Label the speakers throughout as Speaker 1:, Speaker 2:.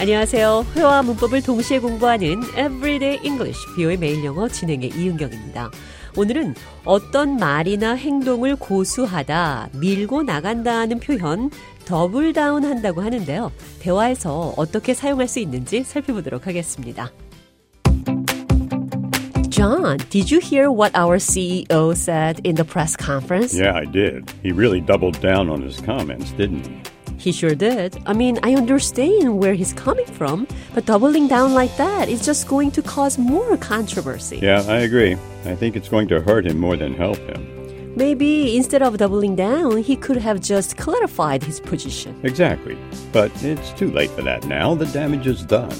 Speaker 1: 안녕하세요. 회화 문법을 동시에 공부하는 Everyday English, 비오의 매일 영어 진행의 이은경입니다. 오늘은 어떤 말이나 행동을 고수하다, 밀고 나간다 하는 표현, 더블 다운 한다고 하는데요. 대화에서 어떻게 사용할 수 있는지 살펴보도록 하겠습니다. John, did you hear what our CEO said in the press conference?
Speaker 2: Yeah, I did. He really doubled down on his comments, didn't he?
Speaker 1: He sure did. I mean, I understand where he's coming from, but doubling down like that is just going to cause more controversy.
Speaker 2: Yeah, I agree. I think it's going to hurt him more than help him.
Speaker 1: Maybe instead of doubling down, he could have just clarified his position.
Speaker 2: Exactly. But it's too late for that now. The damage is done.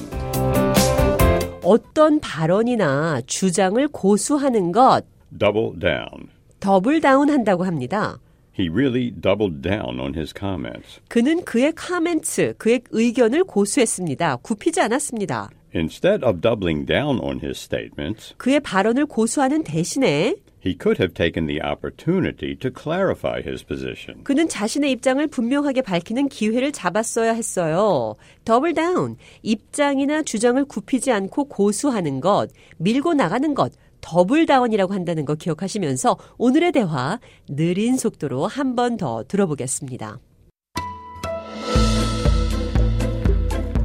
Speaker 1: 어떤 발언이나 주장을 고수하는 것,
Speaker 2: Double down.
Speaker 1: 더블 다운 한다고 합니다.
Speaker 2: He really doubled down on his comments.
Speaker 1: 그는 그의 카멘트, 그의 의견을 고수했습니다. 굽히지 않았습니다.
Speaker 2: Instead of doubling down on his statements,
Speaker 1: 그의 발언을 고수하는 대신에
Speaker 2: he could have taken the opportunity to clarify his position.
Speaker 1: 그는 자신의 입장을 분명하게 밝히는 기회를 잡았어야 했어요. 더블 다운, 입장이나 주장을 굽히지 않고 고수하는 것, 밀고 나가는 것, 더블 다운이라고 한다는 거 기억하시면서 오늘의 대화 느린 속도로 한 번 더 들어보겠습니다.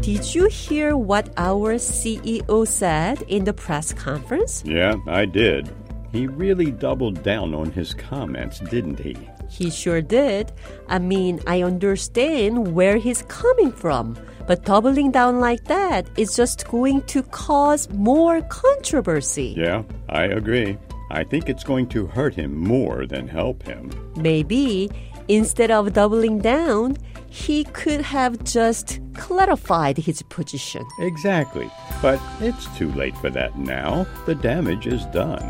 Speaker 1: Did you hear what our CEO said in the press conference?
Speaker 2: Yeah, I did. He really doubled down on his comments, didn't he?
Speaker 1: He sure did. I mean, I understand where he's coming from, but doubling down like that is just going to cause more controversy.
Speaker 2: Yeah, I agree. I think it's going to hurt him more than help him.
Speaker 1: Maybe instead of doubling down, he could have just clarified his position.
Speaker 2: Exactly. But it's too late for that now. The damage is done.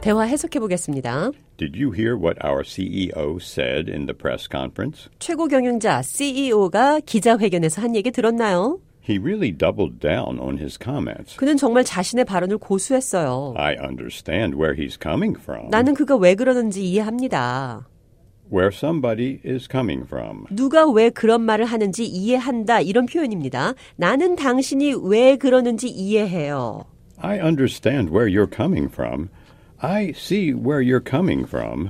Speaker 1: 대화 해석해 보겠습니다.
Speaker 2: Did you hear what our CEO said in the press conference?
Speaker 1: 최고 경영자 CEO가 기자회견에서 한 얘기 들었나요?
Speaker 2: He really doubled down on his comments.
Speaker 1: 그는 정말 자신의 발언을 고수했어요.
Speaker 2: I understand where he's coming from.
Speaker 1: 나는 그가 왜 그러는지 이해합니다.
Speaker 2: Where somebody is coming from.
Speaker 1: 누가 왜 그런 말을 하는지 이해한다 이런 표현입니다. 나는 당신이 왜 그러는지 이해해요.
Speaker 2: I understand where you're coming from. I see where you're coming from.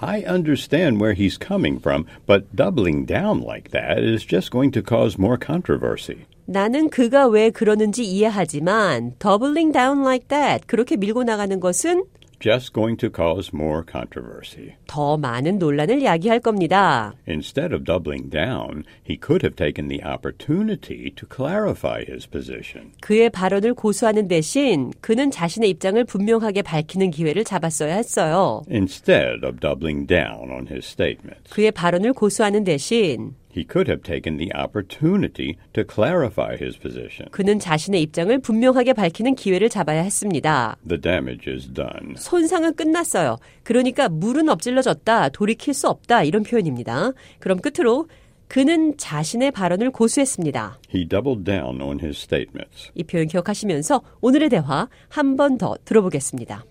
Speaker 2: I understand where he's coming from, but doubling down like that is just going to cause more controversy.
Speaker 1: 나는 그가 왜 그러는지 이해하지만 doubling down like that 그렇게 밀고 나가는 것은
Speaker 2: Just going to cause more controversy.
Speaker 1: 더 많은 논란을 야기할 겁니다.
Speaker 2: Instead of doubling down, he could have taken the opportunity to clarify his position.
Speaker 1: 그의 발언을 고수하는 대신 그는 자신의 입장을 분명하게 밝히는 기회를 잡았어야 했어요.
Speaker 2: Instead of doubling down on his statements,
Speaker 1: 그의 발언을 고수하는 대신
Speaker 2: he could have taken the opportunity to clarify his position.
Speaker 1: 그는 자신의 입장을 분명하게 밝히는 기회를 잡아야 했습니다.
Speaker 2: The damage is done.
Speaker 1: 손상은 끝났어요. 그러니까 물은 엎질러졌다, 돌이킬 수 없다 이런 표현입니다. 그럼 끝으로 그는 자신의 발언을 고수했습니다.
Speaker 2: He doubled down on his statements.
Speaker 1: 이 표현 기억하시면서 오늘의 대화 한 번 더 들어보겠습니다.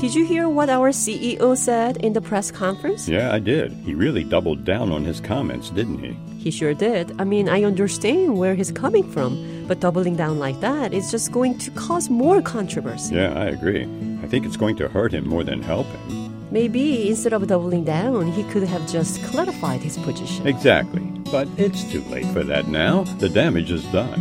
Speaker 1: Did you hear what our CEO said in the press conference?
Speaker 2: Yeah, I did. He really doubled down on his comments, didn't he?
Speaker 1: He sure did. I mean, I understand where he's coming from, but doubling down like that is just going to cause more controversy.
Speaker 2: Yeah, I agree. I think it's going to hurt him more than help him.
Speaker 1: Maybe instead of doubling down, he could have just clarified his position.
Speaker 2: Exactly. But it's too late for that now. The damage is done.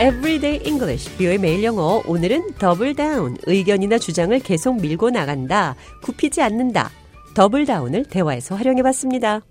Speaker 1: Everyday English, 비오의 매일 영어. 오늘은 더블 다운, 의견이나 주장을 계속 밀고 나간다, 굽히지 않는다. 더블 다운을 대화에서 활용해 봤습니다.